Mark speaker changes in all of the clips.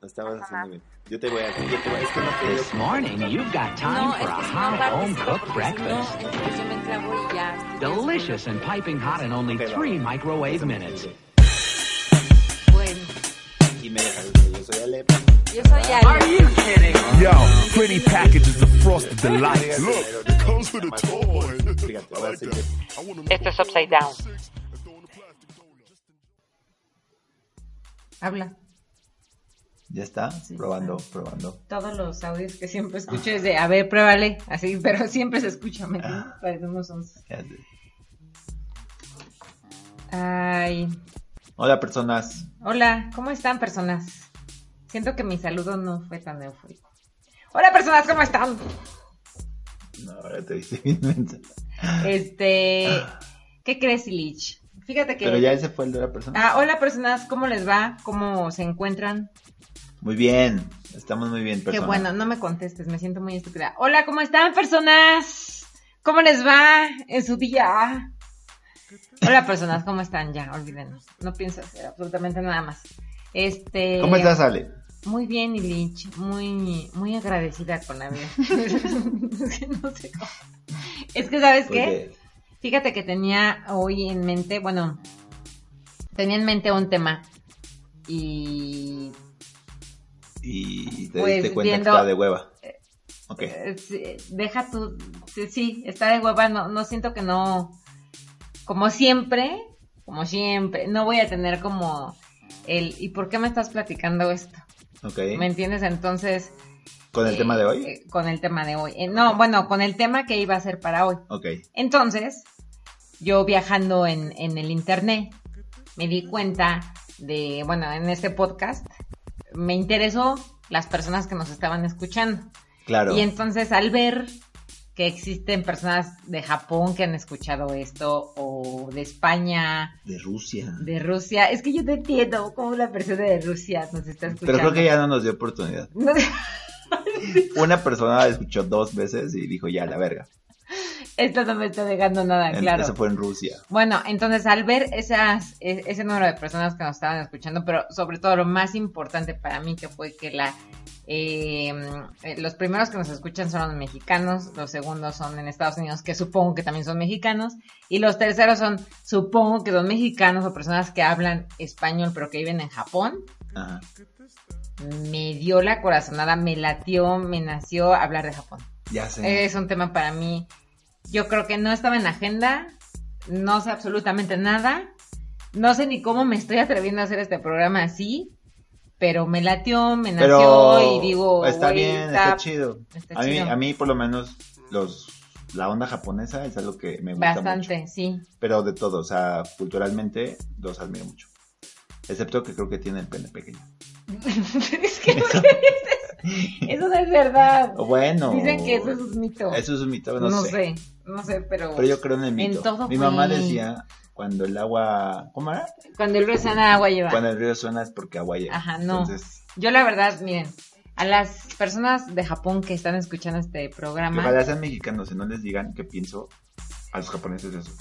Speaker 1: Estabas haciendo bien. Yo te voy a yo te voy a- es que no te
Speaker 2: This morning, you've got time
Speaker 3: No,
Speaker 2: for
Speaker 3: es
Speaker 2: a
Speaker 3: que es una raro
Speaker 2: home cooked breakfast.
Speaker 3: No, es que yo me clavo y ya. estoy
Speaker 2: Delicious and piping hot in only three microwave minutes.
Speaker 3: desnuda. Bueno,
Speaker 1: Y me dejaron, yo soy Alep.
Speaker 3: yo soy Ale.
Speaker 4: Yo, pretty packages of frosted delight.
Speaker 1: Look, it comes with a toy. Fíjate, ahora sí que
Speaker 5: Esto es Upside Down.
Speaker 6: Habla.
Speaker 7: Ya está, probando, probando.
Speaker 6: Todos los audios que siempre escucho es de, a ver, pruébale, así, pero siempre se escucha, ¿me
Speaker 2: Ah.
Speaker 6: entiendes? Parecemos once.
Speaker 7: Fíjate.
Speaker 6: Ay,
Speaker 7: Hola personas.
Speaker 6: hola, ¿cómo están personas? Siento que mi saludo no fue tan eufórico. Hola personas, ¿cómo están?
Speaker 7: No, ahora te dije bien mensa.
Speaker 6: Este, ¿qué crees, Lich? Fíjate que...
Speaker 7: Pero ya ese fue el de la persona.
Speaker 6: Ah, hola personas, ¿cómo les va? ¿Cómo se encuentran?
Speaker 7: Muy bien, estamos muy bien personas.
Speaker 6: Ah. Qué bueno, no me contestes, me siento muy estúpida. Hola, ¿cómo están personas? ¿Cómo les va en su día? Hola personas, ¿cómo están? Ya, olvídenos. No pienso hacer absolutamente nada más. Este.
Speaker 7: ¿Cómo estás, Ale?
Speaker 6: Muy bien, Ilich. Muy, muy agradecida con la vida. es que no sé cómo. Es que, ¿sabes qué?
Speaker 7: Porque
Speaker 6: Fíjate que tenía hoy en mente, bueno, tenía en mente un tema. Y
Speaker 7: Y te
Speaker 6: Pues,
Speaker 7: diste cuenta
Speaker 6: viendo-
Speaker 7: que estaba de hueva. Ok.
Speaker 6: Eh, sí, deja tu, sí, sí, está de hueva, no, no siento que no, como siempre, como siempre, no voy a tener como el, ¿y por qué me estás platicando esto?
Speaker 7: Ok.
Speaker 6: ¿Me entiendes? Entonces...
Speaker 7: ¿Con el
Speaker 6: eh,
Speaker 7: tema de hoy?
Speaker 6: eh, con el tema de hoy. Eh, no, bueno, con el tema que iba a ser para hoy.
Speaker 7: Ok.
Speaker 6: Entonces, yo viajando en, en el internet, me di cuenta de, bueno, en este podcast, me interesó las personas que nos estaban escuchando.
Speaker 7: Claro.
Speaker 6: Y entonces al ver que existen personas de Japón que han escuchado esto, o de España,
Speaker 7: De Rusia.
Speaker 6: de Rusia, es que yo te entiendo cómo la persona de Rusia nos está escuchando.
Speaker 7: Pero creo que ya no nos dio oportunidad.
Speaker 6: No,
Speaker 7: Una persona escuchó dos veces y dijo, ya, la verga.
Speaker 6: esto no me está dejando nada
Speaker 7: En-
Speaker 6: Ah, claro.
Speaker 7: Eso fue en Rusia.
Speaker 6: Bueno, entonces al ver esas, e- ese número de personas que nos estaban escuchando, pero sobre todo lo más importante para mí que fue que la eh, eh, los primeros que nos escuchan son los mexicanos, los segundos son en Estados Unidos, que supongo que también son mexicanos, y los terceros son, supongo que son mexicanos o personas que hablan español pero que viven en Japón.
Speaker 7: Ajá.
Speaker 6: Me dio la corazonada, me latió, me nació hablar de Japón.
Speaker 7: Ya sé.
Speaker 6: Es un tema para mí. Yo creo que no estaba en la agenda. No sé absolutamente nada. No sé ni cómo me estoy atreviendo a hacer este programa así. Pero me latió, me nació
Speaker 7: Pero
Speaker 6: y digo.
Speaker 7: está
Speaker 6: güey,
Speaker 7: bien, está, chido.
Speaker 6: está
Speaker 7: a mí,
Speaker 6: chido.
Speaker 7: a mí por lo menos los la onda japonesa es algo que me gusta
Speaker 6: Bastante,
Speaker 7: mucho.
Speaker 6: sí.
Speaker 7: Pero de todo, o sea, culturalmente los admiro mucho. Excepto que creo que tiene el pene pequeño.
Speaker 6: es que ¿por qué dices? Eso no es verdad.
Speaker 7: O Bueno.
Speaker 6: Dicen que eso es un mito.
Speaker 7: Eso es un mito,
Speaker 6: no
Speaker 7: no,
Speaker 6: sé. no sé, pero.
Speaker 7: Pero yo creo en el mito.
Speaker 6: todo,
Speaker 7: Mi mamá
Speaker 6: güey.
Speaker 7: decía, cuando el agua, ¿cómo era?
Speaker 6: Cuando el río sana agua lleva.
Speaker 7: Cuando el río suena es porque agua llega.
Speaker 6: Ajá, no.
Speaker 7: Entonces,
Speaker 6: Yo la verdad, miren, a las personas de Japón que están escuchando este
Speaker 7: que
Speaker 6: programa.
Speaker 7: ojalá sean mexicanos y no les digan que pienso a los japoneses eso.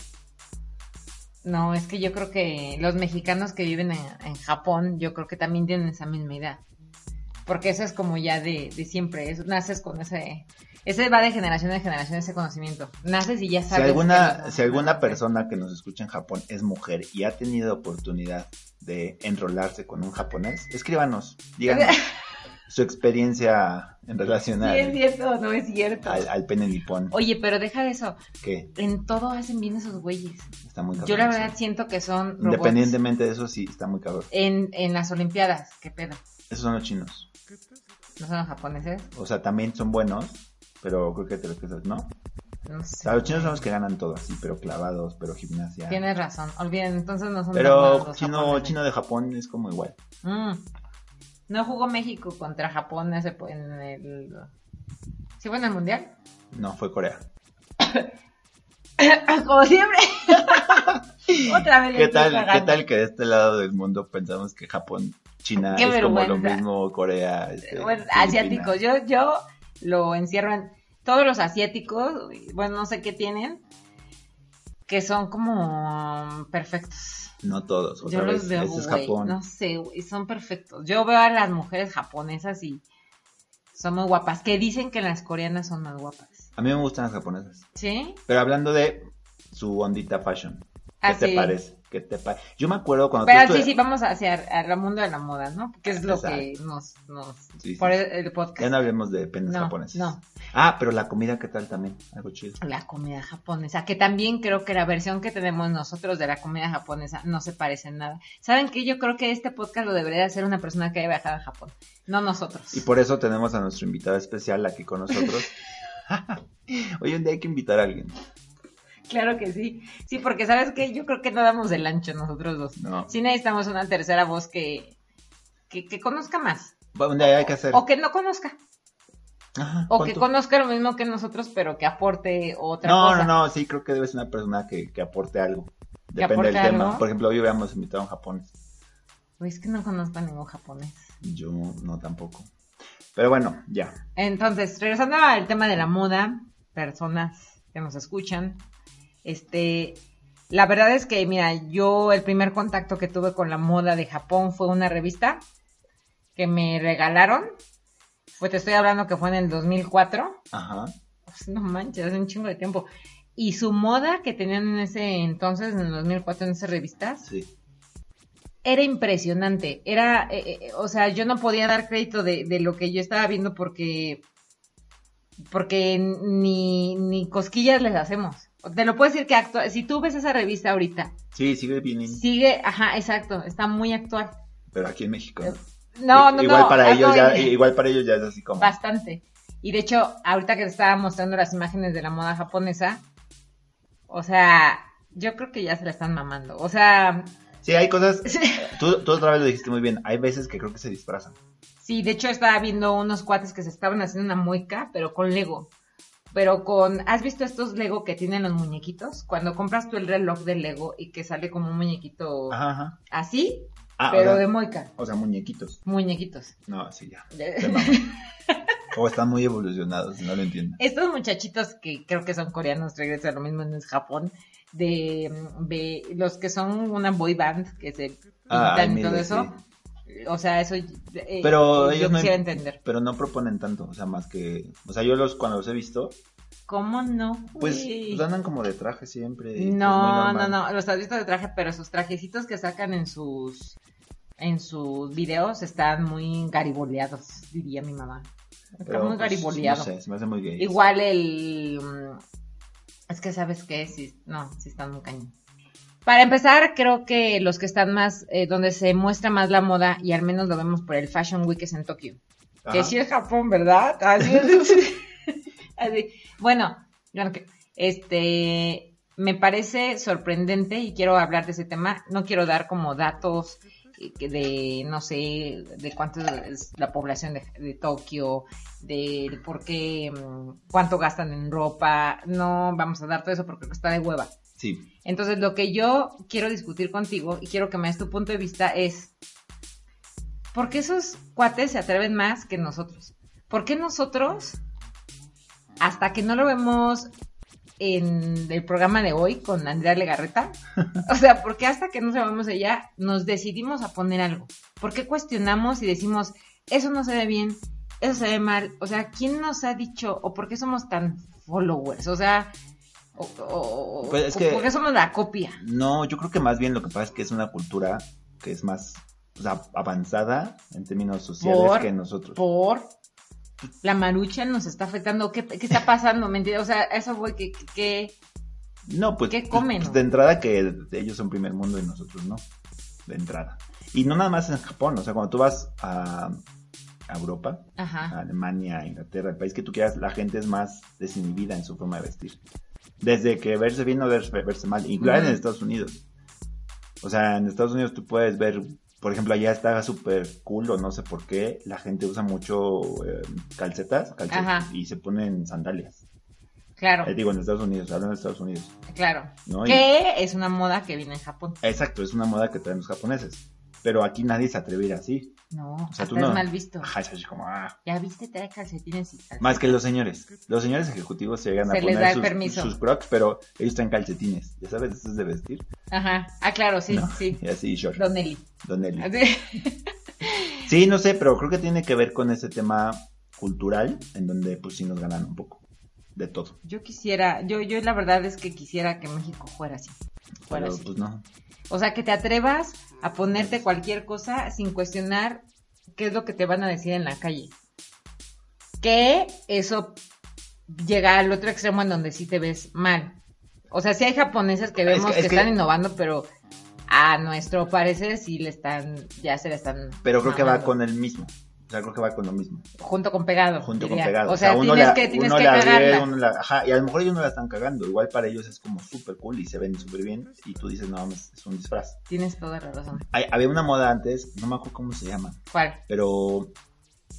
Speaker 6: No, es que yo creo que los mexicanos que viven en, en Japón, yo creo que también tienen esa misma idea. Porque eso es como ya de, de siempre, es- naces con ese... Ese va de generación en generación, ese conocimiento. Naces y ya
Speaker 7: Si
Speaker 6: sabes... que
Speaker 7: alguna,
Speaker 6: los-
Speaker 7: si alguna persona que nos escucha en Japón es mujer y ha tenido oportunidad de enrolarse con un japonés, escríbanos, díganos su experiencia en
Speaker 6: Sí,
Speaker 7: relación
Speaker 6: es
Speaker 7: al,
Speaker 6: cierto, no es cierto.
Speaker 7: al, al pene nipón,
Speaker 6: Oye, pero deja de eso.
Speaker 7: que
Speaker 6: En todo hacen bien esos güeyes.
Speaker 7: está muy cabrón.
Speaker 6: Yo la
Speaker 7: sí.
Speaker 6: verdad siento que son robots.
Speaker 7: Independientemente de eso, sí, está muy cabrón.
Speaker 6: En, en las Olimpiadas, qué pedo.
Speaker 7: Esos son los chinos.
Speaker 6: No son los japoneses.
Speaker 7: O sea, también son buenos, pero creo que te lo que ¿no?
Speaker 8: No sé.
Speaker 7: sea, los chinos son los que ganan todo, así, pero clavados, pero gimnasia.
Speaker 8: Tienes razón. Olviden, entonces no son tan malos
Speaker 7: Pero
Speaker 8: los
Speaker 7: chino,
Speaker 8: japoneses.
Speaker 7: chino de Japón es como igual.
Speaker 8: Mm. No jugó México contra Japón ese po- en el. ¿Sí fue en el mundial?
Speaker 7: No, fue Corea.
Speaker 8: Como siempre. Otra vez. le
Speaker 7: ¿Qué
Speaker 8: estoy
Speaker 7: tal, ¿Qué
Speaker 8: cagando.
Speaker 7: tal que de este lado del mundo pensamos que Japón, China
Speaker 8: Qué
Speaker 7: es como lo
Speaker 8: vergüenza.
Speaker 7: mismo Corea? este,
Speaker 8: Bueno,
Speaker 7: Filipinas?
Speaker 8: asiáticos. Yo, yo lo encierro en todos los asiáticos. Bueno, no sé qué tienen. Que son como perfectos.
Speaker 7: No todos, otra
Speaker 8: Yo
Speaker 7: vez.
Speaker 8: los veo,
Speaker 7: Ese es
Speaker 8: güey,
Speaker 7: Japón.
Speaker 8: No sé, güey, son perfectos. Yo veo a las mujeres japonesas y son muy guapas. Que dicen que las coreanas son más guapas.
Speaker 7: A mí me gustan las japonesas.
Speaker 8: ¿Sí?
Speaker 7: Pero hablando de su ondita fashion, ¿qué
Speaker 8: Ah,
Speaker 7: te
Speaker 8: sí.
Speaker 7: parece? ¿Qué te pa- Yo me acuerdo cuando
Speaker 8: Pero
Speaker 7: tú
Speaker 8: sí,
Speaker 7: estu-
Speaker 8: sí, vamos hacia el mundo de la moda, ¿no? Que es lo que
Speaker 7: Exacto.
Speaker 8: nos... nos
Speaker 7: Sí, sí.
Speaker 8: por el, el podcast.
Speaker 7: Ya no hablemos de penas
Speaker 8: No,
Speaker 7: japonesas.
Speaker 8: no.
Speaker 7: Ah, pero la comida, ¿qué tal también? Algo chido.
Speaker 8: La comida japonesa, que también creo que la versión que tenemos nosotros de la comida japonesa no se parece en nada. ¿Saben qué? Yo creo que este podcast lo debería hacer una persona que haya viajado a Japón, no nosotros.
Speaker 7: Y por eso tenemos a nuestro invitado especial aquí con nosotros. Hoy un día hay que invitar a alguien.
Speaker 8: Claro que sí. Sí, porque ¿sabes qué? Yo creo que no damos el ancho nosotros dos.
Speaker 7: No.
Speaker 8: Sí necesitamos una tercera voz que, que, que conozca más.
Speaker 7: Bueno, Un día hay que hacer.
Speaker 8: O que no conozca.
Speaker 7: Ajá,
Speaker 8: O
Speaker 7: pon
Speaker 8: que
Speaker 7: tú.
Speaker 8: conozca lo mismo que nosotros, pero que aporte otra
Speaker 7: No,
Speaker 8: cosa.
Speaker 7: no, no, sí, creo que debe ser una persona que, que aporte algo. Depende
Speaker 8: aporte
Speaker 7: del tema.
Speaker 8: algo?
Speaker 7: Por ejemplo, hoy hubiéramos invitado a un japonés.
Speaker 8: Güey, es que no conozco a ningún japonés.
Speaker 7: Yo no tampoco. Pero bueno, ya.
Speaker 8: Entonces, regresando al tema de la moda, personas que nos escuchan, este, la verdad es que, mira, yo el primer contacto que tuve con la moda de Japón fue una revista que me regalaron. Pues te estoy hablando que fue en el 2004.
Speaker 7: Ajá.
Speaker 8: Pues, no manches, hace un chingo de tiempo. Y su moda que tenían en ese entonces, en el 2004, en esas revistas,
Speaker 7: Sí.
Speaker 8: era impresionante. Era, eh, eh, o sea, yo no podía dar crédito de, de lo que yo estaba viendo porque, porque ni, ni cosquillas les hacemos. Te lo puedo decir que actua- si tú ves esa revista ahorita,
Speaker 7: Sí, sigue bien.
Speaker 8: sigue, ajá, exacto, está muy actual.
Speaker 7: Pero aquí en México. ¿no?
Speaker 8: No, no,
Speaker 7: igual
Speaker 8: no,
Speaker 7: para
Speaker 8: ah,
Speaker 7: ellos
Speaker 8: no,
Speaker 7: ya,
Speaker 8: en-
Speaker 7: igual para ellos ya es así como.
Speaker 8: bastante. Y de hecho, ahorita que te estaba mostrando las imágenes de la moda japonesa, o sea, yo creo que ya se la están mamando. O sea,
Speaker 7: Sí, hay cosas. Tú, tú otra vez lo dijiste muy bien. Hay veces que creo que se disfrazan.
Speaker 8: Sí, de hecho estaba viendo unos cuates que se estaban haciendo una mueca, pero con Lego. Pero con, ¿has visto estos Lego que tienen los muñequitos? Cuando compras tú el reloj de Lego y que sale como un muñequito
Speaker 7: Ajá, ajá.
Speaker 8: así,
Speaker 7: Ah,
Speaker 8: pero
Speaker 7: o, sea,
Speaker 8: de mueca,
Speaker 7: o sea, muñequitos.
Speaker 8: muñequitos.
Speaker 7: No, sí, ya. Se maman. o están muy evolucionados, no lo entiendo.
Speaker 8: Estos muchachitos que creo que son coreanos, regresa lo mismo en Japón, de, de los que son una boy band que se pintan
Speaker 7: Ah, hay
Speaker 8: y todo
Speaker 7: miles,
Speaker 8: eso.
Speaker 7: sí.
Speaker 8: O sea, eso eh,
Speaker 7: Pero
Speaker 8: yo
Speaker 7: ellos no,
Speaker 8: quisiera entender.
Speaker 7: pero no proponen tanto, o sea, más que, o sea, yo los cuando los he visto,
Speaker 8: ¿Cómo no?
Speaker 7: pues,
Speaker 8: güey?
Speaker 7: pues andan como de traje siempre. y, pues, muy
Speaker 8: No, no,
Speaker 7: normal.
Speaker 8: no, los has visto de traje, pero sus trajecitos que sacan en sus en sus videos están muy gariboleados, diría mi mamá. Está
Speaker 7: Pero,
Speaker 8: muy
Speaker 7: pues,
Speaker 8: gariboleado.
Speaker 7: No sé, se me hace muy gay.
Speaker 8: Igual el mm, es que sabes qué, sí, no, sí están muy cañón. Para empezar, creo que los que están más, eh, donde se muestra más la moda, y al menos lo vemos por el Fashion Week es en Tokio.
Speaker 7: Ajá.
Speaker 8: Que sí es Japón, ¿verdad? Así es. Así. Bueno, bueno, que- este, me parece sorprendente y quiero hablar de ese tema. No quiero dar como datos eh, que de, no sé, de cuánto es la población de, de Tokio, de por qué, mm, cuánto gastan en ropa. No vamos a dar todo eso porque está de hueva.
Speaker 7: Sí,
Speaker 8: Entonces, lo que yo quiero discutir contigo y quiero que me des tu punto de vista es, ¿por qué esos cuates se atreven más que nosotros? ¿Por qué nosotros, hasta que no lo vemos en el programa de hoy con Andrea Legarreta, o sea, ¿por qué hasta que no se vamos allá nos decidimos a poner algo? ¿Por qué cuestionamos y decimos, eso no se ve bien, eso se ve mal? O sea, ¿quién nos ha dicho o por qué somos tan followers? O sea... O, o- o-
Speaker 7: Pues es
Speaker 8: o
Speaker 7: que-
Speaker 8: ¿Por qué somos la copia?
Speaker 7: no, yo creo que más bien lo que pasa es que es una cultura que es más o sea, avanzada en términos sociales
Speaker 8: Por-
Speaker 7: que nosotros.
Speaker 8: por la marucha nos está afectando. ¿Qué, qué está pasando? Mentira, o sea, eso voy que, que- que-
Speaker 7: No, pues,
Speaker 8: ¿Qué
Speaker 7: pues,
Speaker 8: comen?
Speaker 7: pues, de entrada que ellos son primer mundo y nosotros no. De entrada. Y no nada más en Japón, o sea, cuando tú vas a, a Europa, a
Speaker 8: Ajá.
Speaker 7: Alemania, a Inglaterra, el país que tú quieras, la gente es más desinhibida en su forma de vestir. Desde que verse bien o verse, verse mal, incluso en
Speaker 8: Ujú.
Speaker 7: Estados Unidos. O sea, en Estados Unidos tú puedes ver, por ejemplo, allá está súper cool o no sé por qué, la gente usa mucho eh, calcetas, calcetas
Speaker 8: Ajá.
Speaker 7: y se ponen sandalias.
Speaker 8: Claro,
Speaker 7: Eh, digo, en Estados Unidos, hablando de Estados Unidos.
Speaker 8: claro.
Speaker 7: ¿no? Y-
Speaker 8: Que es una moda que viene en Japón.
Speaker 7: exacto, es una moda que traen los japoneses. Pero aquí nadie se atreve a ir así.
Speaker 8: No,
Speaker 7: sea,
Speaker 8: hasta
Speaker 7: tú
Speaker 8: es
Speaker 7: no-
Speaker 8: mal visto.
Speaker 7: Ajá, es así como, ah,
Speaker 8: Ya viste, trae calcetines y calcetines.
Speaker 7: Más que los señores. Los señores ejecutivos se llegan a
Speaker 8: Se les
Speaker 7: poner
Speaker 8: da el
Speaker 7: sus,
Speaker 8: permiso.
Speaker 7: sus crocs, pero ellos traen calcetines. Ya sabes, eso es de vestir.
Speaker 8: Ajá. Ah, claro, sí,
Speaker 7: ¿no?
Speaker 8: sí.
Speaker 7: Y así, short.
Speaker 8: Don Eli.
Speaker 7: Don Eli.
Speaker 8: Así-
Speaker 7: Sí, no sé, pero creo que tiene que ver con ese tema cultural, en donde pues sí nos ganan un poco de todo.
Speaker 8: Yo quisiera, yo, yo la verdad es que quisiera que México fuera así. Fuera
Speaker 7: Pero
Speaker 8: así.
Speaker 7: pues no.
Speaker 8: O sea, que te atrevas a ponerte cualquier cosa sin cuestionar qué es lo que te van a decir en la calle. Que eso llega al otro extremo en donde sí te ves mal. O sea, sí hay japoneses que
Speaker 7: Es que-
Speaker 8: vemos que,
Speaker 7: es que-
Speaker 8: están innovando, pero a nuestro parecer sí le están, ya se le están...
Speaker 7: Pero creo que va
Speaker 8: mamando.
Speaker 7: con el mismo. O sea, creo que va con lo mismo.
Speaker 8: Junto con pegado.
Speaker 7: Junto con
Speaker 8: diría.
Speaker 7: pegado.
Speaker 8: O sea, tienes
Speaker 7: la-
Speaker 8: que, tienes
Speaker 7: uno
Speaker 8: que
Speaker 7: la ve,
Speaker 8: cagarla.
Speaker 7: uno la- ajá, y a lo mejor ellos no la están cagando. Igual para ellos es como súper cool y se ven súper bien. Y tú dices, no, mames, es un disfraz.
Speaker 8: Tienes toda la razón.
Speaker 7: Hay- había una moda antes, no me acuerdo cómo se llama.
Speaker 8: ¿Cuál?
Speaker 7: pero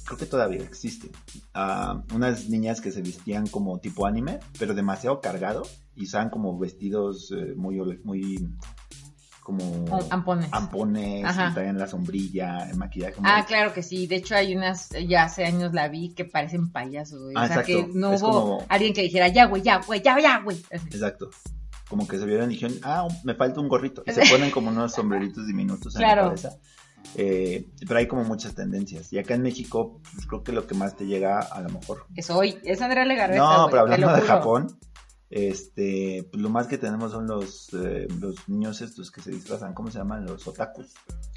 Speaker 7: creo que todavía existe. Ah, unas niñas que se vestían como tipo anime, pero demasiado cargado y usaban como vestidos eh, muy, ole- muy como
Speaker 8: Am- ampones.
Speaker 7: ampones,
Speaker 8: Ajá.
Speaker 7: y traían la sombrilla, el maquillaje. como-
Speaker 8: Ah, claro que sí. De hecho, hay unas, ya hace años la vi, que parecen payasos, güey.
Speaker 7: Ah,
Speaker 8: o sea,
Speaker 7: exacto.
Speaker 8: que no
Speaker 7: Es
Speaker 8: hubo
Speaker 7: como-
Speaker 8: alguien que dijera, ya, güey, ya, güey, ya, ya, güey. Así.
Speaker 7: Exacto. Como que se vieron y dijeron, ah, me falta un gorrito. Y se ponen como unos sombreritos diminutos en
Speaker 8: Claro.
Speaker 7: la cabeza. Eh, pero hay como muchas tendencias. Y acá en México, pues, creo que lo que más te llega a lo mejor
Speaker 8: Es hoy, es Andrea Legarreta,
Speaker 7: No,
Speaker 8: güey,
Speaker 7: pero
Speaker 8: te lo
Speaker 7: hablando de
Speaker 8: juro.
Speaker 7: Japón, este, pues lo más que tenemos son los, eh, los niños estos que se disfrazan, ¿cómo se llaman? Los otakus.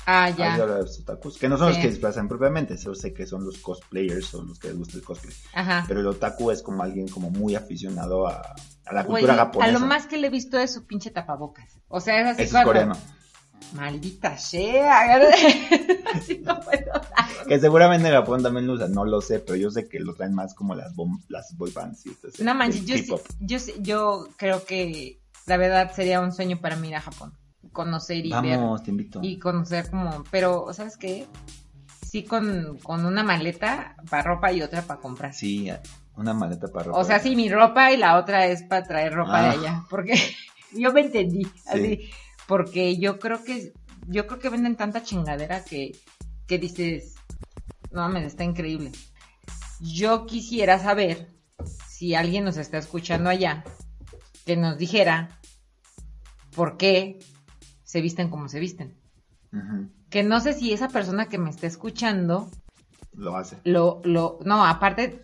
Speaker 8: Ah,
Speaker 7: ¿Has oído
Speaker 8: ya.
Speaker 7: hablar de los otakus, que no son
Speaker 8: Sí.
Speaker 7: los que disfrazan propiamente, yo sé que son los cosplayers o los que les gusta el cosplay,
Speaker 8: Ajá.
Speaker 7: pero el otaku es como alguien como muy aficionado a, a la
Speaker 8: Güey,
Speaker 7: cultura japonesa.
Speaker 8: a lo más que le he visto es su pinche tapabocas. O sea, es así
Speaker 7: Ese es coreano.
Speaker 8: Maldita sea. así no puedo.
Speaker 7: Que seguramente en Japón también lo usan, no lo sé, pero yo sé que lo traen más como las, bom- las boy bands. y este- este-
Speaker 8: No manches,
Speaker 7: el
Speaker 8: yo, sí-
Speaker 7: K-pop.
Speaker 8: yo, sí- yo creo que la verdad sería un sueño para mí ir a Japón. Conocer y ver.
Speaker 7: Vamos, te invito.
Speaker 8: y conocer como, pero ¿sabes qué? Sí con, con una maleta para ropa y otra para comprar.
Speaker 7: Sí, una maleta para ropa.
Speaker 8: o sea, sí mi ropa y la otra es para traer ropa
Speaker 7: Ah.
Speaker 8: de allá, porque yo me entendí así, porque yo creo que yo creo que venden tanta chingadera que que dices, no mames, está increíble. Yo quisiera saber si alguien nos está escuchando allá que nos dijera por qué se visten como se visten
Speaker 7: Ujú,
Speaker 8: que no sé si esa persona que me está escuchando
Speaker 7: Lo hace.
Speaker 8: lo, lo, no, aparte,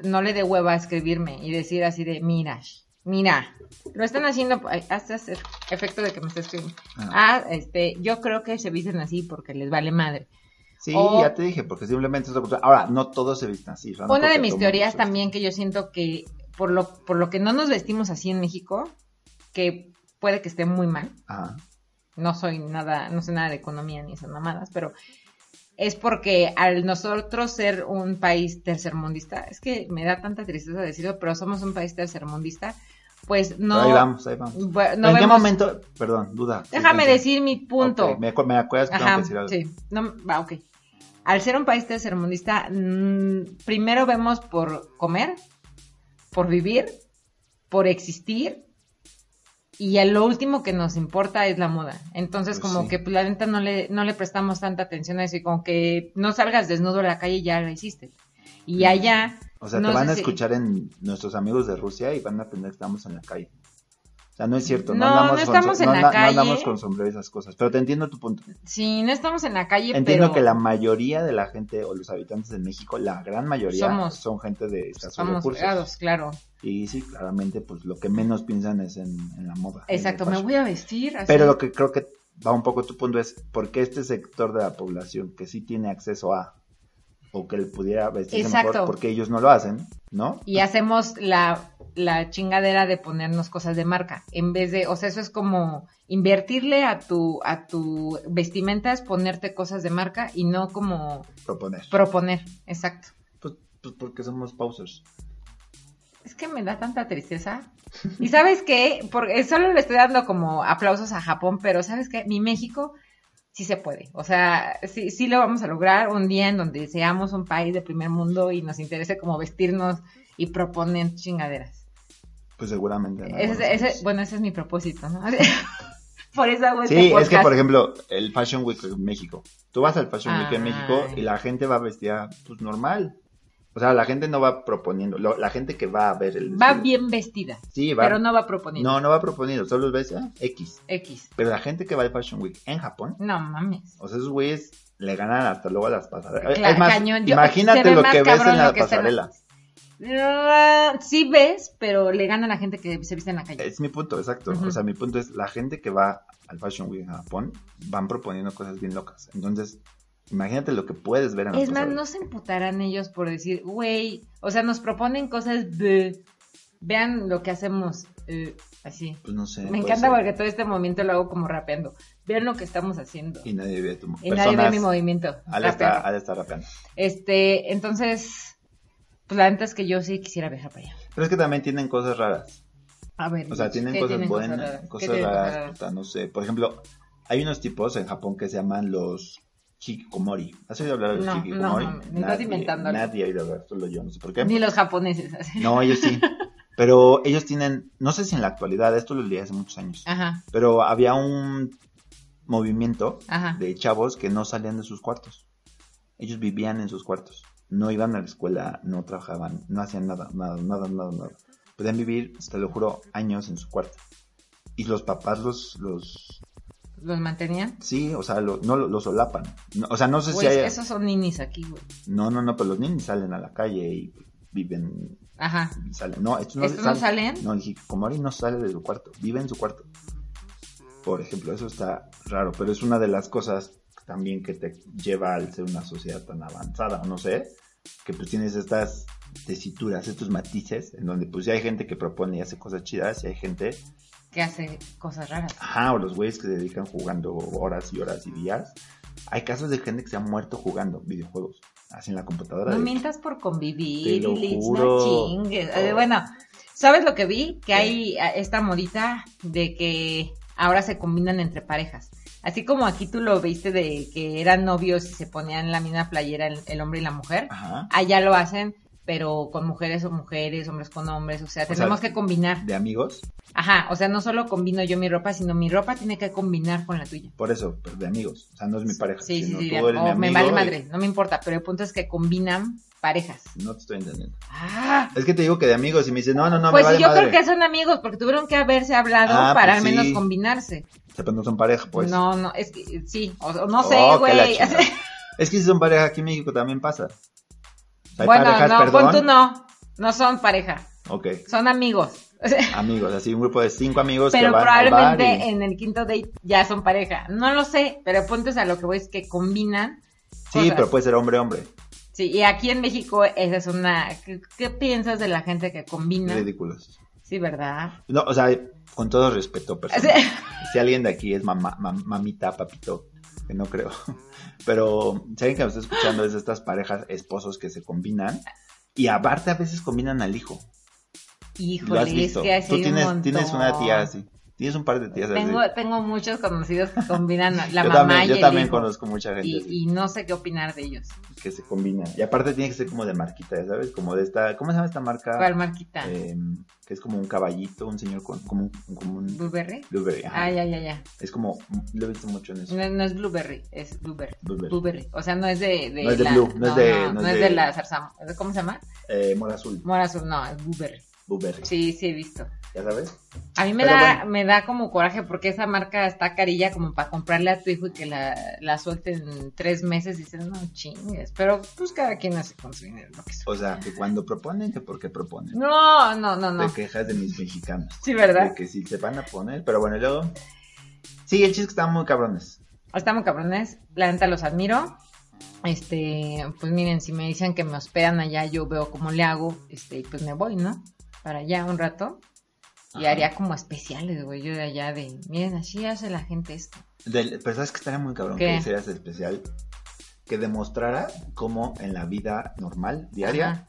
Speaker 8: no le dé hueva a escribirme y decir así de, mira, mira, lo están haciendo, ay, hasta hacer efecto de que me está escribiendo. Ah, este, yo creo que se visten así porque les vale madre.
Speaker 7: Sí,
Speaker 8: O-
Speaker 7: ya te dije, porque simplemente es otra cultura. Ahora, no todos se visten así. o sea, Ah, no
Speaker 8: Una
Speaker 7: creo
Speaker 8: de
Speaker 7: que
Speaker 8: mis
Speaker 7: todo mundo
Speaker 8: teorías
Speaker 7: se vista.
Speaker 8: también que yo siento que por lo, por lo que no nos vestimos así en México, que puede que esté muy mal,
Speaker 7: Ajá.
Speaker 8: no soy nada, no sé nada de economía ni esas mamadas, pero es porque al nosotros ser un país tercermundista, es que me da tanta tristeza decirlo, pero somos un país tercermundista, pues no.
Speaker 7: Pero ahí vamos, ahí vamos.
Speaker 8: bu-
Speaker 7: ¿En
Speaker 8: no
Speaker 7: qué
Speaker 8: vemos-
Speaker 7: momento? Perdón, duda.
Speaker 8: Déjame
Speaker 7: Fíjense.
Speaker 8: decir mi punto.
Speaker 7: Ok, Me, acu- me acuerdas que tengo que
Speaker 8: Ajá,
Speaker 7: decir algo.
Speaker 8: sí. No, va, ok. Al ser un país tercermundista, mm, primero vemos por comer, por vivir, por existir, y a lo último que nos importa es la moda. Entonces,
Speaker 7: Pues
Speaker 8: como
Speaker 7: sí.
Speaker 8: que pues, la neta no le, no le prestamos tanta atención a eso, y como que no salgas desnudo a la calle ya lo hiciste. Y allá.
Speaker 7: O sea,
Speaker 8: no
Speaker 7: te
Speaker 8: sé
Speaker 7: van a
Speaker 8: si-
Speaker 7: escuchar en nuestros amigos de Rusia y van a pensar que estamos en la calle. O sea, no es cierto. No,
Speaker 8: No,
Speaker 7: andamos
Speaker 8: no
Speaker 7: con
Speaker 8: estamos
Speaker 7: som-
Speaker 8: en
Speaker 7: no
Speaker 8: la
Speaker 7: anda-
Speaker 8: calle.
Speaker 7: No andamos con sombrero y esas cosas. Pero te entiendo tu punto.
Speaker 8: Sí, no estamos en la calle,
Speaker 7: Entiendo
Speaker 8: pero
Speaker 7: que la mayoría de la gente o los habitantes de México, la gran mayoría,
Speaker 8: Somos-
Speaker 7: son gente de escasos
Speaker 8: somos
Speaker 7: recursos.
Speaker 8: fregados, claro.
Speaker 7: Y sí, claramente, pues lo que menos piensan es en, en la moda. en el
Speaker 8: Exacto, me
Speaker 7: fashion.
Speaker 8: voy a vestir así.
Speaker 7: Pero lo que creo que va un poco tu punto es, ¿por qué este sector de la población que sí tiene acceso a, o que le pudiera vestirse mejor,
Speaker 8: Exacto.
Speaker 7: porque ellos no lo hacen, ¿no?
Speaker 8: y hacemos la la chingadera de ponernos cosas de marca. En vez de, o sea, eso es como invertirle a tu, a tu vestimenta, es ponerte cosas de marca y no como
Speaker 7: proponer.
Speaker 8: proponer. Exacto.
Speaker 7: Pues, pues porque somos pausers.
Speaker 8: Es que me da tanta tristeza. Y sabes qué, porque solo le estoy dando como aplausos a Japón, pero sabes qué, mi México sí se puede. O sea, sí, sí lo vamos a lograr un día en donde seamos un país de primer mundo y nos interese como vestirnos y proponer chingaderas.
Speaker 7: Pues seguramente. en
Speaker 8: Ese-
Speaker 7: algunos
Speaker 8: ese-
Speaker 7: años.
Speaker 8: bueno, ese es mi propósito, ¿no? por eso hago este
Speaker 7: Sí, es que
Speaker 8: podcast.
Speaker 7: por ejemplo, el Fashion Week en México. Tú vas al Fashion Week en
Speaker 8: Ay.
Speaker 7: México y la gente va vestida pues normal. O sea, la gente no va proponiendo. Lo- la gente que va a ver el.
Speaker 8: Va
Speaker 7: desfile-
Speaker 8: bien vestida,
Speaker 7: Sí, va.
Speaker 8: pero no va proponiendo.
Speaker 7: no, no va proponiendo. Solo ves ah, X.
Speaker 8: X.
Speaker 7: Pero la gente que va al Fashion Week en Japón,
Speaker 8: No mames.
Speaker 7: o sea, esos güeyes le ganan hasta luego a las pasarelas.
Speaker 8: Cla-
Speaker 7: es más,
Speaker 8: cañón. Yo- se
Speaker 7: imagínate
Speaker 8: ve
Speaker 7: lo
Speaker 8: más
Speaker 7: que ves
Speaker 8: cabrón
Speaker 7: en
Speaker 8: lo
Speaker 7: la
Speaker 8: que se ve.
Speaker 7: pasarela.
Speaker 8: Ah, Sí ves, pero le gana a la gente que se viste en la calle.
Speaker 7: Es mi punto, exacto.
Speaker 8: Ujú.
Speaker 7: O sea, mi punto es la gente que va al Fashion Week en Japón van proponiendo cosas bien locas. Entonces, imagínate lo que puedes ver en las
Speaker 8: Es más, no
Speaker 7: pasarelas.
Speaker 8: se emputarán ellos por decir, güey, o sea, nos proponen cosas de, vean lo que hacemos, eh, así.
Speaker 7: Pues no sé.
Speaker 8: Me
Speaker 7: puede
Speaker 8: encanta
Speaker 7: ser.
Speaker 8: porque todo este movimiento lo hago como rapeando. Vean lo que estamos haciendo.
Speaker 7: Y nadie ve tu
Speaker 8: Y nadie ve mi
Speaker 7: movimiento.
Speaker 8: movimiento.
Speaker 7: Ale está,
Speaker 8: rapeando.
Speaker 7: Ale está rapeando.
Speaker 8: Este, entonces, pues la neta es que yo sí quisiera viajar para allá.
Speaker 7: Pero es que también tienen cosas raras.
Speaker 8: A ver.
Speaker 7: O sea,
Speaker 8: ¿qué
Speaker 7: tienen cosas buenas,
Speaker 8: raras?
Speaker 7: cosas,
Speaker 8: ¿Qué tienen
Speaker 7: raras, puta, no sé. Por ejemplo, hay unos tipos en Japón que se llaman los Hikikomori. ¿Has oído hablar de los
Speaker 8: No, no,
Speaker 7: Hikikomori?
Speaker 8: no, me estás inventándolo.
Speaker 7: Nadie ha oído hablar, solo yo, no sé por qué.
Speaker 8: Ni los japoneses. así.
Speaker 7: No, ellos sí. Pero ellos tienen, no sé si en la actualidad, esto lo leí hace muchos años,
Speaker 8: Ajá,
Speaker 7: pero había un movimiento
Speaker 8: Ajá.
Speaker 7: de chavos que no salían de sus cuartos. Ellos vivían en sus cuartos. No iban a la escuela, no trabajaban, no hacían nada, nada, nada, nada, nada. Podían vivir, te lo juro, años en su cuarto. Y los papás los, los,
Speaker 8: los mantenían.
Speaker 7: sí, o sea, lo- no lo- los solapan. No, o sea, no sé
Speaker 8: Güey,
Speaker 7: si hay...
Speaker 8: esos son ninis aquí, güey.
Speaker 7: No, no, no, pero los niños salen a la calle y viven
Speaker 8: Ajá.
Speaker 7: sale. No, estos no,
Speaker 8: ¿Estos no salen?
Speaker 7: No, el hikikomori no sale de su cuarto, vive en su cuarto. Por ejemplo, eso está raro, pero es una de las cosas también que te lleva al ser una sociedad tan avanzada, o no sé, que pues tienes estas tesituras, estos matices, en donde pues ya hay gente que propone y hace cosas chidas, y hay gente,
Speaker 8: Que hace cosas raras.
Speaker 7: ajá, o los güeyes que se dedican jugando horas y horas y días. Hay casos de gente que se ha muerto jugando videojuegos, así en la computadora.
Speaker 8: No
Speaker 7: de-
Speaker 8: mientas por
Speaker 7: Te
Speaker 8: convivir,
Speaker 7: lo
Speaker 8: Ilitz,
Speaker 7: juro.
Speaker 8: no chingues. Eh,
Speaker 7: Oh.
Speaker 8: Bueno, ¿sabes lo que vi? Que hay ah, esta modita de que ahora se combinan entre parejas. Así como aquí tú lo viste de que eran novios y se ponían la misma playera el, el hombre y la mujer,
Speaker 7: Ajá.
Speaker 8: allá lo hacen, pero con mujeres o mujeres, hombres con hombres, o sea,
Speaker 7: sea,
Speaker 8: tenemos que combinar.
Speaker 7: De amigos,
Speaker 8: Ajá, o sea, no solo combino yo mi ropa, sino mi ropa tiene que combinar con la tuya.
Speaker 7: Por eso, pero de amigos. O sea, no es mi pareja.
Speaker 8: Sí, sí,
Speaker 7: sino
Speaker 8: sí,
Speaker 7: tú
Speaker 8: de-
Speaker 7: eres mi
Speaker 8: o me
Speaker 7: amigo
Speaker 8: vale
Speaker 7: y-
Speaker 8: madre, no me importa, pero el punto es que combinan parejas.
Speaker 7: No te estoy entendiendo.
Speaker 8: Ah,
Speaker 7: Es que te digo que de amigos y me dicen, no, no, no,
Speaker 8: pues
Speaker 7: me vale
Speaker 8: sí, yo
Speaker 7: madre.
Speaker 8: creo que son amigos, porque tuvieron que haberse hablado
Speaker 7: Ah,
Speaker 8: para
Speaker 7: pues
Speaker 8: al menos
Speaker 7: sí.
Speaker 8: combinarse.
Speaker 7: O sea, pero no son pareja, pues.
Speaker 8: No, no, es que eh, sí, o, o no sé,
Speaker 7: Oh, que la
Speaker 8: güey.
Speaker 7: chingada. Es que si son pareja aquí en México también pasa. O sea, hay
Speaker 8: bueno,
Speaker 7: parejas,
Speaker 8: no,
Speaker 7: perdón.
Speaker 8: pon tú no, no son pareja,
Speaker 7: Ok,
Speaker 8: son amigos. O sea,
Speaker 7: amigos, así un grupo de cinco amigos Pues que
Speaker 8: pero
Speaker 7: van al bar
Speaker 8: probablemente
Speaker 7: y-
Speaker 8: en el quinto date ya son pareja. No lo sé, pero el punto es a lo que voy es que combinan.
Speaker 7: Sí,
Speaker 8: cosas.
Speaker 7: pero puede ser hombre-hombre.
Speaker 8: Sí, y aquí en México esa es una... ¿Qué, qué piensas de la gente que combina?
Speaker 7: Ridículos.
Speaker 8: Sí, ¿verdad?
Speaker 7: No, o sea, con todo respeto,
Speaker 8: O
Speaker 7: personal.
Speaker 8: sea,
Speaker 7: Si alguien de aquí es mamá, mam- mamita, papito, que no creo. Pero si alguien que me está escuchando es de estas parejas, esposos que se combinan. Y aparte a veces combinan al hijo.
Speaker 8: híjole,
Speaker 7: Lo has visto.
Speaker 8: es que así
Speaker 7: Tú
Speaker 8: hay un
Speaker 7: tienes,
Speaker 8: montón.
Speaker 7: tienes una tía así. Tienes un par de tías así.
Speaker 8: Tengo, tengo muchos conocidos que combinan la
Speaker 7: yo
Speaker 8: mamá
Speaker 7: también,
Speaker 8: y
Speaker 7: yo
Speaker 8: el
Speaker 7: también
Speaker 8: hijo,
Speaker 7: conozco mucha gente
Speaker 8: y,
Speaker 7: así,
Speaker 8: y no sé qué opinar de ellos.
Speaker 7: que se combinan. Y aparte tiene que ser como de marquita, ya ¿sabes? Como de esta, ¿cómo se llama esta marca?
Speaker 8: ¿Cuál marquita?
Speaker 7: Ah, Eh, que es como un caballito, un señor con, como un, como un
Speaker 8: ¿Blueberry?
Speaker 7: blueberry. ajá.
Speaker 8: Mm. Ah, ya, ya, ya.
Speaker 7: Es como, lo he visto mucho en eso.
Speaker 8: No, no es blueberry, es blueberry.
Speaker 7: Blueberry.
Speaker 8: Blueberry. O sea, no es de, de
Speaker 7: No es de
Speaker 8: la,
Speaker 7: blue, no es de-
Speaker 8: no, no es de la zarzam- ¿Cómo se llama?
Speaker 7: Eh, mora azul,
Speaker 8: Mora azul, no, es blueberry.
Speaker 7: blueberry,
Speaker 8: Mm. Sí, sí he visto.
Speaker 7: ya sabes.
Speaker 8: A mí me
Speaker 7: Pero
Speaker 8: da,
Speaker 7: bueno.
Speaker 8: me da como coraje porque esa marca está carilla como para comprarle a tu hijo y que la, la suelte en tres meses y dices, no chingues. Pero pues cada quien hace con su dinero lo que sea.
Speaker 7: O sea, que cuando proponen, que por qué proponen.
Speaker 8: No, no, no, no.
Speaker 7: Te quejas de mis mexicanos.
Speaker 8: Sí, ¿verdad?
Speaker 7: De que sí se van a poner, pero bueno, y luego. Sí, el chiste es que están muy cabrones.
Speaker 8: Estamos cabrones, la neta los admiro. Este, pues miren, si me dicen que me hospedan allá, yo veo cómo le hago, este, y pues me voy, ¿no? para allá un rato y
Speaker 7: Ajá.
Speaker 8: haría como especiales, güey, yo de allá de, miren, así hace la gente esto.
Speaker 7: Del, pero sabes que estaría muy cabrón
Speaker 8: ¿Qué?
Speaker 7: que hicieras especial que demostrara cómo en la vida normal, diaria,
Speaker 8: Ajá.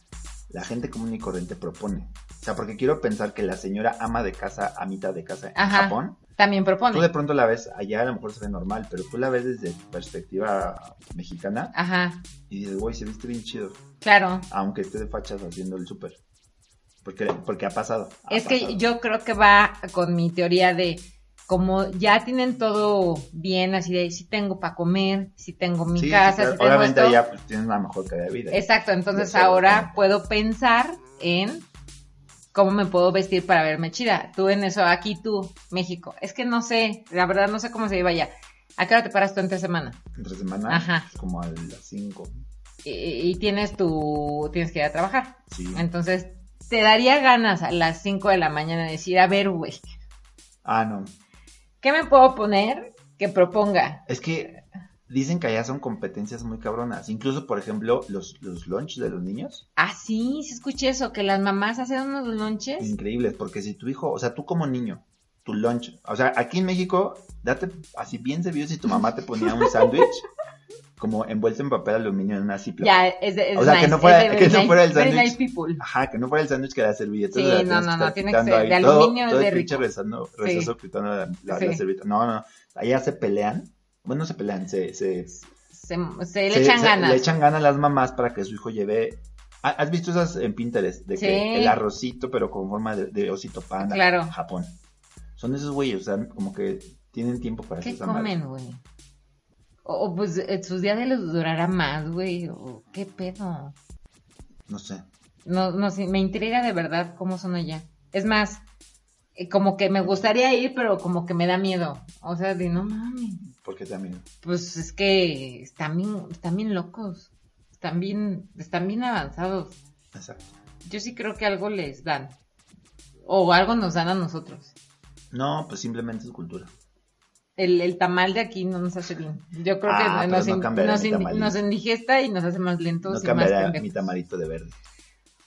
Speaker 7: la gente común y corriente propone. O sea, porque quiero pensar que la señora ama de casa, a mitad de casa en
Speaker 8: Ajá.
Speaker 7: Japón,
Speaker 8: También
Speaker 7: tú de
Speaker 8: propone.
Speaker 7: pronto la ves allá, a lo mejor se ve normal, pero tú la ves desde perspectiva mexicana
Speaker 8: Ajá,
Speaker 7: y dices, güey, se viste bien chido,
Speaker 8: claro.
Speaker 7: aunque esté de fachas haciendo el súper. Porque, porque ha pasado. ha
Speaker 8: Es que
Speaker 7: pasado.
Speaker 8: yo creo que va con mi teoría de como ya tienen todo bien, así de si tengo para comer, si tengo mi
Speaker 7: Sí, sí,
Speaker 8: casa,
Speaker 7: claro.
Speaker 8: si tengo
Speaker 7: Obviamente
Speaker 8: esto.
Speaker 7: allá pues, tienes una mejor calidad de vida.
Speaker 8: Exacto, entonces
Speaker 7: Ya sé,
Speaker 8: ahora
Speaker 7: ya.
Speaker 8: puedo pensar en cómo me puedo vestir para verme chida. Tú en eso, aquí tú, México. Es que no sé, la verdad no sé cómo se iba allá. ¿A qué hora te paras tú entre semana?
Speaker 7: Entre semana,
Speaker 8: Ajá.
Speaker 7: como a las 5.
Speaker 8: Y, y tienes tu, tienes que ir a trabajar.
Speaker 7: Sí.
Speaker 8: Entonces, te daría ganas a las 5 de la mañana de decir, a ver, güey,
Speaker 7: Ah, no.
Speaker 8: ¿qué me puedo poner que proponga?
Speaker 7: Es que dicen que allá son competencias muy cabronas. Incluso, por ejemplo, los, los lunch de los niños.
Speaker 8: Ah, sí, sí escuché eso, que las mamás hacen unos lonches.
Speaker 7: Increíbles. Porque si tu hijo, o sea, tú como niño, tu lunch. O sea, aquí en México, date así bien servido si tu mamá te ponía un sándwich como envuelto en papel aluminio en una cipla.
Speaker 8: Ya, es de, es
Speaker 7: O sea, que
Speaker 8: nice,
Speaker 7: no fuera-
Speaker 8: es de
Speaker 7: que
Speaker 8: very
Speaker 7: no fuera el
Speaker 8: nice- very
Speaker 7: sándwich.
Speaker 8: nice people.
Speaker 7: Ajá, que no fuera el sándwich que era servilleta.
Speaker 8: Sí,
Speaker 7: la
Speaker 8: no,
Speaker 7: tienes
Speaker 8: no,
Speaker 7: estar
Speaker 8: no, tiene que
Speaker 7: quitando
Speaker 8: ser
Speaker 7: ahí.
Speaker 8: de
Speaker 7: Todo-
Speaker 8: aluminio,
Speaker 7: todo
Speaker 8: de
Speaker 7: el pinche
Speaker 8: rico.
Speaker 7: rezando, receso quitando la, la-
Speaker 8: Sí.
Speaker 7: la servilleta. No, no, allá se pelean. Bueno, no se pelean, se, se,
Speaker 8: Se, se le
Speaker 7: se-
Speaker 8: echan
Speaker 7: se-
Speaker 8: ganas.
Speaker 7: le echan ganas las mamás para que su hijo lleve. ¿Ha- ¿Has visto esas en Pinterest? De que
Speaker 8: Sí.
Speaker 7: el arrocito, pero con forma de, de osito panda.
Speaker 8: Claro.
Speaker 7: Japón. Son esos güeyes, o sea, como que tienen tiempo para
Speaker 8: ¿Qué
Speaker 7: hacer esa madre.
Speaker 8: comen, güey? O, o, pues eh, sus días de los durará más, güey. O qué pedo.
Speaker 7: No sé.
Speaker 8: No, no sé, me intriga de verdad cómo son allá. Es más, eh, como que me gustaría ir, pero como que me da miedo. O sea, de no mames.
Speaker 7: Porque también.
Speaker 8: Pues es que están bien, están bien locos. Están bien, están bien avanzados.
Speaker 7: Exacto.
Speaker 8: Yo sí creo que algo les dan. O algo nos dan a nosotros.
Speaker 7: No, pues simplemente es cultura.
Speaker 8: El, el tamal de aquí no nos hace bien. Yo creo
Speaker 7: Ah,
Speaker 8: que
Speaker 7: pero
Speaker 8: nos,
Speaker 7: no
Speaker 8: in-
Speaker 7: cambiará
Speaker 8: nos
Speaker 7: mi
Speaker 8: in-
Speaker 7: tamal.
Speaker 8: nos indigesta y nos hace más lentos
Speaker 7: No
Speaker 8: y más
Speaker 7: cambiará mi
Speaker 8: pendejos.
Speaker 7: tamarito de verde.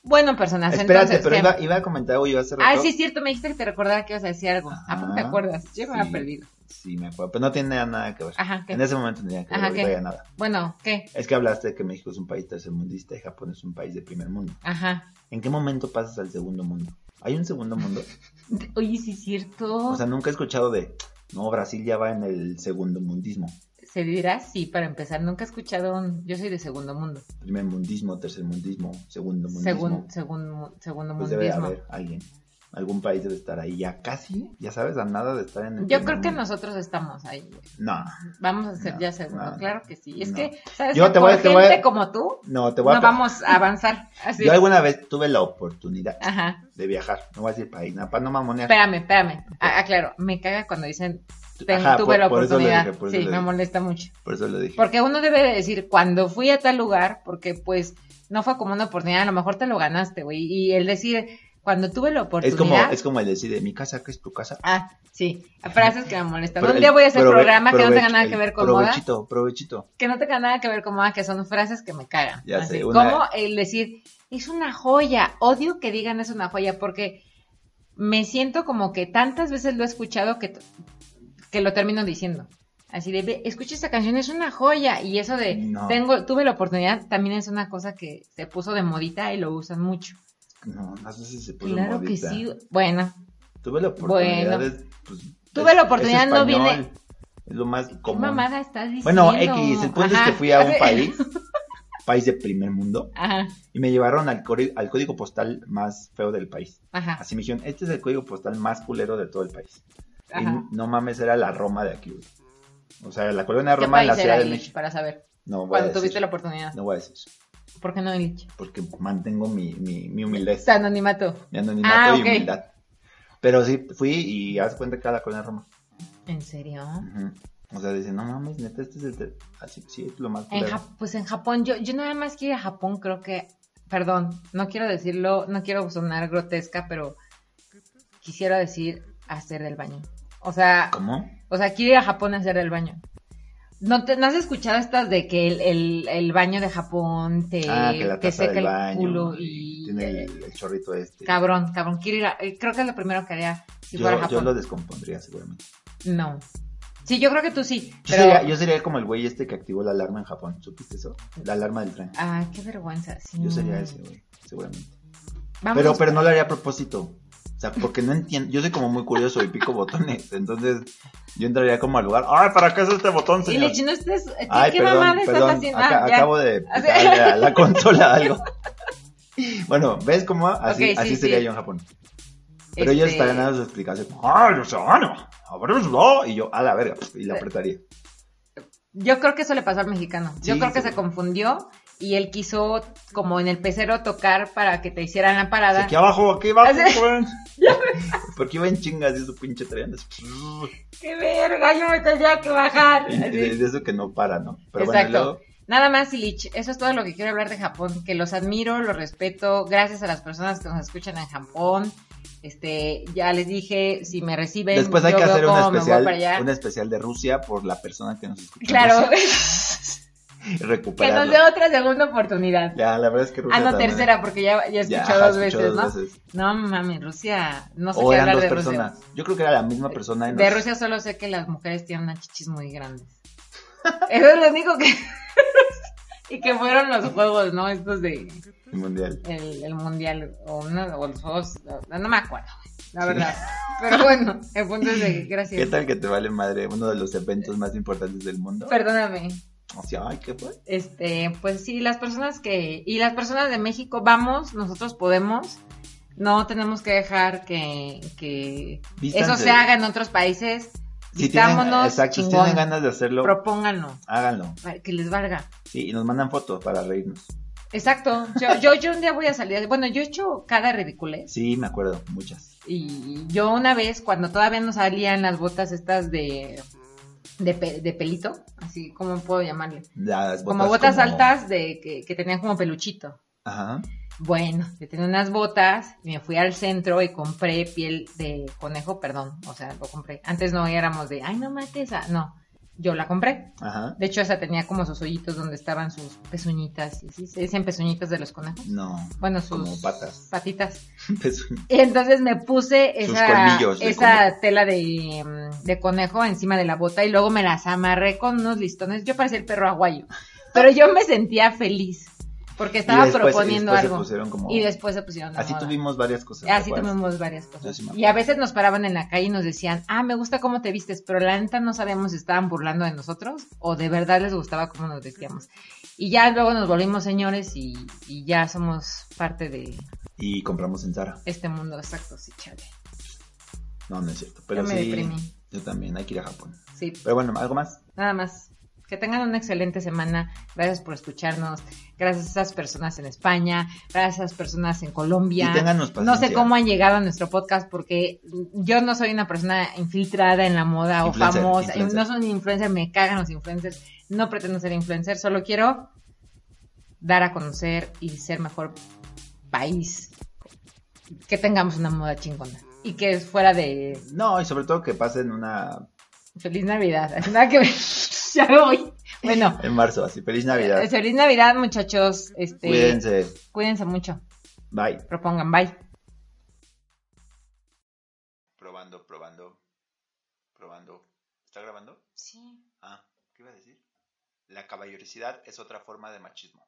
Speaker 8: Bueno, personas,
Speaker 7: Espérate,
Speaker 8: entonces...
Speaker 7: pero
Speaker 8: ¿qué?
Speaker 7: iba, iba a comentar algo yo hace rato.
Speaker 8: Ah, sí, es cierto, me dijiste que te recordara que ibas a decir algo. ¿A poco te
Speaker 7: Ajá,
Speaker 8: acuerdas? Yo me había
Speaker 7: Ah, sí.
Speaker 8: perdido.
Speaker 7: Sí, me acuerdo. Pero no tiene nada que ver.
Speaker 8: Ajá, ¿qué?
Speaker 7: En ese momento no tenía que ver,
Speaker 8: Ajá,
Speaker 7: ahorita
Speaker 8: ¿qué?
Speaker 7: ya nada.
Speaker 8: Bueno, ¿qué?
Speaker 7: Es que hablaste que México es un país tercermundista y Japón es un país de primer mundo.
Speaker 8: Ajá.
Speaker 7: ¿En qué momento pasas al segundo mundo? ¿Hay un segundo mundo?
Speaker 8: Oye, sí es cierto.
Speaker 7: O sea, nunca he escuchado de, no, Brasil ya va en el segundo mundismo.
Speaker 8: Se dirá sí, para empezar. Nunca he escuchado un... Yo soy de segundo mundo.
Speaker 7: Primer mundismo, tercer mundismo, segundo mundismo.
Speaker 8: Según, según, mu- segundo
Speaker 7: pues
Speaker 8: mundo.
Speaker 7: debe de haber alguien. Algún país debe estar ahí ya casi, ya sabes, a nada de estar en el
Speaker 8: Yo
Speaker 7: primer
Speaker 8: creo que
Speaker 7: mundo.
Speaker 8: nosotros estamos ahí, güey.
Speaker 7: No,
Speaker 8: Vamos a ser
Speaker 7: No,
Speaker 8: ya segundo,
Speaker 7: no,
Speaker 8: claro que sí. Es
Speaker 7: no.
Speaker 8: que, ¿sabes?
Speaker 7: Yo
Speaker 8: qué?
Speaker 7: te voy a-
Speaker 8: Por
Speaker 7: te voy a-
Speaker 8: gente como tú,
Speaker 7: no, te voy
Speaker 8: no
Speaker 7: a...
Speaker 8: vamos a avanzar. Así.
Speaker 7: Yo alguna vez tuve la oportunidad
Speaker 8: Ajá.
Speaker 7: de viajar, no voy a decir país, nada, para no mamonear.
Speaker 8: Espérame, espérame. Ah, aclaro, me caga cuando dicen ten-
Speaker 7: Ajá,
Speaker 8: tuve
Speaker 7: por-
Speaker 8: la
Speaker 7: por eso le
Speaker 8: oportunidad.
Speaker 7: dije, por eso
Speaker 8: sí,
Speaker 7: le
Speaker 8: me
Speaker 7: dije.
Speaker 8: molesta mucho.
Speaker 7: Por eso lo dije.
Speaker 8: Porque uno debe de decir cuando fui a tal lugar, porque pues no fue como una oportunidad, a lo mejor te lo ganaste, güey. Y el decir cuando tuve la
Speaker 7: Es
Speaker 8: oportunidad.
Speaker 7: como, es como el decir de mi casa, que es tu casa.
Speaker 8: Ah, sí, frases que me molestan.
Speaker 7: Pero
Speaker 8: un
Speaker 7: el
Speaker 8: día voy a hacer
Speaker 7: prove-
Speaker 8: programa que no tenga
Speaker 7: provech-
Speaker 8: nada que
Speaker 7: el
Speaker 8: ver con moda.
Speaker 7: Provechito, provechito.
Speaker 8: que no tenga nada que ver con moda, que son frases que me cagan.
Speaker 7: Ya
Speaker 8: Así,
Speaker 7: sé, una-
Speaker 8: Como el decir, es una joya. Odio que digan es una joya porque me siento como que tantas veces lo he escuchado que, t- que lo termino diciendo. Así de, "Ve, escucha esta canción, es una joya. Y eso de,
Speaker 7: No.
Speaker 8: tengo, tuve la oportunidad, también es una cosa que se puso de modita y lo usan mucho.
Speaker 7: No, las veces se puso
Speaker 8: claro
Speaker 7: modita.
Speaker 8: que sí. Bueno,
Speaker 7: Tuve la oportunidad
Speaker 8: Bueno.
Speaker 7: de, pues,
Speaker 8: Tuve la
Speaker 7: es-
Speaker 8: oportunidad,
Speaker 7: es
Speaker 8: no
Speaker 7: español,
Speaker 8: vine-
Speaker 7: Es lo más
Speaker 8: ¿qué
Speaker 7: común.
Speaker 8: mamada estás diciendo?
Speaker 7: bueno, X, el punto
Speaker 8: Ajá.
Speaker 7: es que fui a un
Speaker 8: Así-
Speaker 7: país, país de primer mundo,
Speaker 8: Ajá,
Speaker 7: y me llevaron al, cori- al código postal más feo del país.
Speaker 8: ajá,
Speaker 7: Así me dijeron, este es el código postal más culero de todo el país. Y
Speaker 8: ajá.
Speaker 7: no mames, era la Roma de aquí. güey. O sea, la colonia
Speaker 8: ¿Qué
Speaker 7: Roma de la
Speaker 8: país era,
Speaker 7: Ciudad de
Speaker 8: Illich,
Speaker 7: México.
Speaker 8: para saber?
Speaker 7: No voy a
Speaker 8: Cuando
Speaker 7: decir.
Speaker 8: tuviste la oportunidad.
Speaker 7: No voy a decir eso,
Speaker 8: ¿Por qué no Illich?
Speaker 7: porque mantengo mi, mi, mi humildad,
Speaker 8: Está anonimato.
Speaker 7: mi anonimato
Speaker 8: Ah,
Speaker 7: y
Speaker 8: ok.
Speaker 7: humildad. Pero sí, fui y haz cuenta que era la colonia Roma.
Speaker 8: ¿En serio?
Speaker 7: Ujú. O sea, dicen, no mames, neta, este es el... ter- Así, sí, es lo más...
Speaker 8: En
Speaker 7: culero.
Speaker 8: Ja- pues en Japón, yo, yo nada más quiero ir a Japón, creo que, perdón, no quiero decirlo, no quiero sonar grotesca, pero quisiera decir hacer del baño. O sea,
Speaker 7: ¿Cómo?
Speaker 8: o sea, quiero ir a Japón a hacer del baño. ¿No, te, ¿No has escuchado estas de que el, el, el baño de Japón te,
Speaker 7: Ah, que la
Speaker 8: te
Speaker 7: taza
Speaker 8: seca
Speaker 7: del
Speaker 8: el
Speaker 7: baño.
Speaker 8: culo
Speaker 7: y
Speaker 8: y...
Speaker 7: Tiene el, el chorrito este.
Speaker 8: Cabrón, cabrón, quiero ir a- eh, Creo que es lo primero que haría si fuera a
Speaker 7: yo, yo
Speaker 8: Japón.
Speaker 7: lo descompondría seguramente.
Speaker 8: No. Sí, yo creo que tú sí,
Speaker 7: Yo,
Speaker 8: pero...
Speaker 7: sería, yo sería como el güey este que activó la alarma en Japón. ¿Supiste eso? La alarma del tren.
Speaker 8: Ah, mm. qué vergüenza. sí.
Speaker 7: Yo sería ese güey, seguramente.
Speaker 8: Vamos
Speaker 7: Pero,
Speaker 8: a-
Speaker 7: pero no lo haría a propósito. O sea, porque no entiendo. Yo soy como muy curioso y pico botones. Entonces, yo entraría como al lugar. ¡Ay, para qué es este botón,
Speaker 8: Y
Speaker 7: señor!
Speaker 8: le chino, ¿qué,
Speaker 7: Ay,
Speaker 8: qué
Speaker 7: perdón,
Speaker 8: mamada estás
Speaker 7: perdón.
Speaker 8: haciendo?
Speaker 7: aca-
Speaker 8: Ah, ya.
Speaker 7: acabo de
Speaker 8: Así-
Speaker 7: darle a la consola algo. Bueno, ¿ves cómo? Así,
Speaker 8: Ok, sí,
Speaker 7: así sería
Speaker 8: sí.
Speaker 7: yo en Japón. Pero ellos
Speaker 8: Este,
Speaker 7: estarían dando su explicación. ¡Ay, Oceano! ¡Abrémoslo! Y yo, a la verga. pues, Y la apretaría.
Speaker 8: Yo creo que eso le pasó al mexicano. yo
Speaker 7: Sí,
Speaker 8: creo que
Speaker 7: seguro.
Speaker 8: se confundió y él quiso, como en el pecero, tocar para que te hicieran la parada.
Speaker 7: Aquí abajo, aquí abajo,
Speaker 8: Así-
Speaker 7: joven. Porque iba en chingas y su pinche tren. así,
Speaker 8: ¡Qué verga! Yo me tendría que bajar.
Speaker 7: y De,
Speaker 8: Así.
Speaker 7: de eso que no para, ¿no? Pero
Speaker 8: Exacto.
Speaker 7: bueno, luego,
Speaker 8: Nada más, Ilich. Eso es todo lo que quiero hablar de Japón. Que los admiro, los respeto. Gracias a las personas que nos escuchan en Japón. Este, ya les dije, si me reciben.
Speaker 7: después hay
Speaker 8: yo
Speaker 7: que
Speaker 8: veo
Speaker 7: hacer un
Speaker 8: cómo me voy
Speaker 7: especial,
Speaker 8: para allá.
Speaker 7: un especial de Rusia por la persona que nos escucha. en
Speaker 8: Claro,
Speaker 7: Rusia, y
Speaker 8: que nos
Speaker 7: recuperarlo.
Speaker 8: dé otra segunda oportunidad.
Speaker 7: Ya, la verdad es que Rusia
Speaker 8: Ah, no,
Speaker 7: también-
Speaker 8: tercera, porque ya, ya escuchó
Speaker 7: Ya,
Speaker 8: dos
Speaker 7: escuchó
Speaker 8: veces, ¿no?
Speaker 7: dos veces.
Speaker 8: No mames, Rusia, no sé
Speaker 7: O
Speaker 8: qué
Speaker 7: eran
Speaker 8: hablar
Speaker 7: dos
Speaker 8: de
Speaker 7: personas.
Speaker 8: Rusia.
Speaker 7: Yo creo que era la misma persona. en
Speaker 8: De
Speaker 7: los-
Speaker 8: Rusia solo sé que las mujeres tienen unas chichis muy grandes. Eso es lo único que... y que fueron los juegos, ¿no? Estos de
Speaker 7: el mundial.
Speaker 8: el, el mundial o, uno- o los juegos, no, no me acuerdo, la verdad. Pero bueno, el punto es de que
Speaker 7: ¿Qué
Speaker 8: gracias.
Speaker 7: tal que te vale madre uno de los eventos más importantes del mundo?
Speaker 8: Perdóname.
Speaker 7: O sea, ay, ¿qué fue?
Speaker 8: Este, pues sí, las personas que y las personas de México vamos, nosotros podemos. No tenemos que dejar que, que
Speaker 7: Vístanse.
Speaker 8: eso se haga en otros países.
Speaker 7: Si tienen,
Speaker 8: Vistámonos,
Speaker 7: exacto, si
Speaker 8: chingón.
Speaker 7: tienen ganas de hacerlo,
Speaker 8: Propónganlo,
Speaker 7: háganlo.
Speaker 8: para que les valga.
Speaker 7: Sí, y nos mandan fotos para reírnos.
Speaker 8: Exacto. Yo, yo, yo un día voy a salir. Bueno, yo he hecho cada ridiculez.
Speaker 7: Sí, me acuerdo, muchas.
Speaker 8: Y yo una vez, cuando todavía no salían las botas estas de, de, pe- de pelito, así como puedo llamarle.
Speaker 7: Las botas
Speaker 8: como botas
Speaker 7: como-
Speaker 8: altas de que, que tenían como peluchito.
Speaker 7: Ajá.
Speaker 8: Bueno, yo tenía unas botas, me fui al centro y compré piel de conejo, perdón, o sea, lo compré. Antes no éramos de, ay, no mates esa, no, yo la compré.
Speaker 7: Ajá.
Speaker 8: De hecho, esa tenía como sus hoyitos donde estaban sus pezuñitas, ¿sí? ¿Sí? ¿Se dicen pezuñitas de los conejos?
Speaker 7: No.
Speaker 8: Bueno, sus
Speaker 7: Como patas.
Speaker 8: patitas.
Speaker 7: pues,
Speaker 8: Y entonces me puse
Speaker 7: Sus
Speaker 8: esa,
Speaker 7: colmillos de
Speaker 8: esa
Speaker 7: conejo.
Speaker 8: tela de, mm, de conejo encima de la bota y luego me las amarré con unos listones. Yo parecía el perro aguayo, pero yo me sentía feliz porque estaba
Speaker 7: después- y
Speaker 8: proponiendo
Speaker 7: después se
Speaker 8: algo.
Speaker 7: pusieron como-
Speaker 8: Y después se pusieron de
Speaker 7: así
Speaker 8: moda.
Speaker 7: tuvimos varias cosas. ¿te
Speaker 8: Así
Speaker 7: acuerdas?
Speaker 8: Ah, tuvimos varias
Speaker 7: Yo
Speaker 8: cosas.
Speaker 7: sí me acuerdo.
Speaker 8: y a veces nos paraban en la calle y nos decían, ah, me gusta cómo te vistes, pero la neta no sabemos si estaban burlando de nosotros o de verdad les gustaba cómo nos vestíamos. Y ya luego nos volvimos señores y, y ya somos parte de
Speaker 7: Y compramos en Zara.
Speaker 8: este mundo. Exacto, sí, chale.
Speaker 7: No, no es cierto. Pero
Speaker 8: Yo me
Speaker 7: sí.
Speaker 8: deprimí.
Speaker 7: Yo también, hay que ir a Japón.
Speaker 8: Sí,
Speaker 7: Pero bueno, ¿algo más?
Speaker 8: nada más. Que tengan una excelente semana. Gracias por escucharnos. Gracias a esas personas en España. Gracias a esas personas en Colombia.
Speaker 7: Y téngannos
Speaker 8: No sé
Speaker 7: paciencia.
Speaker 8: cómo han llegado a nuestro podcast porque yo no soy una persona infiltrada en la moda o
Speaker 7: Influencer,
Speaker 8: famosa.
Speaker 7: influencer.
Speaker 8: No soy un influencer, me cagan los influencers. No pretendo ser influencer, solo quiero dar a conocer y ser mejor país. Que tengamos una moda chingona. Y que es fuera de
Speaker 7: No, y sobre todo que pasen una.
Speaker 8: Feliz Navidad. Así Nada que ver. ya me voy. Bueno,
Speaker 7: En marzo, así. Feliz Navidad.
Speaker 8: eh, feliz Navidad, muchachos. Este,
Speaker 7: Cuídense.
Speaker 8: cuídense mucho.
Speaker 7: Bye.
Speaker 8: Propongan, bye.
Speaker 7: Probando, probando. Probando. ¿Está grabando?
Speaker 8: Sí.
Speaker 7: Ah, ¿qué iba a decir? La caballerosidad es otra forma de machismo.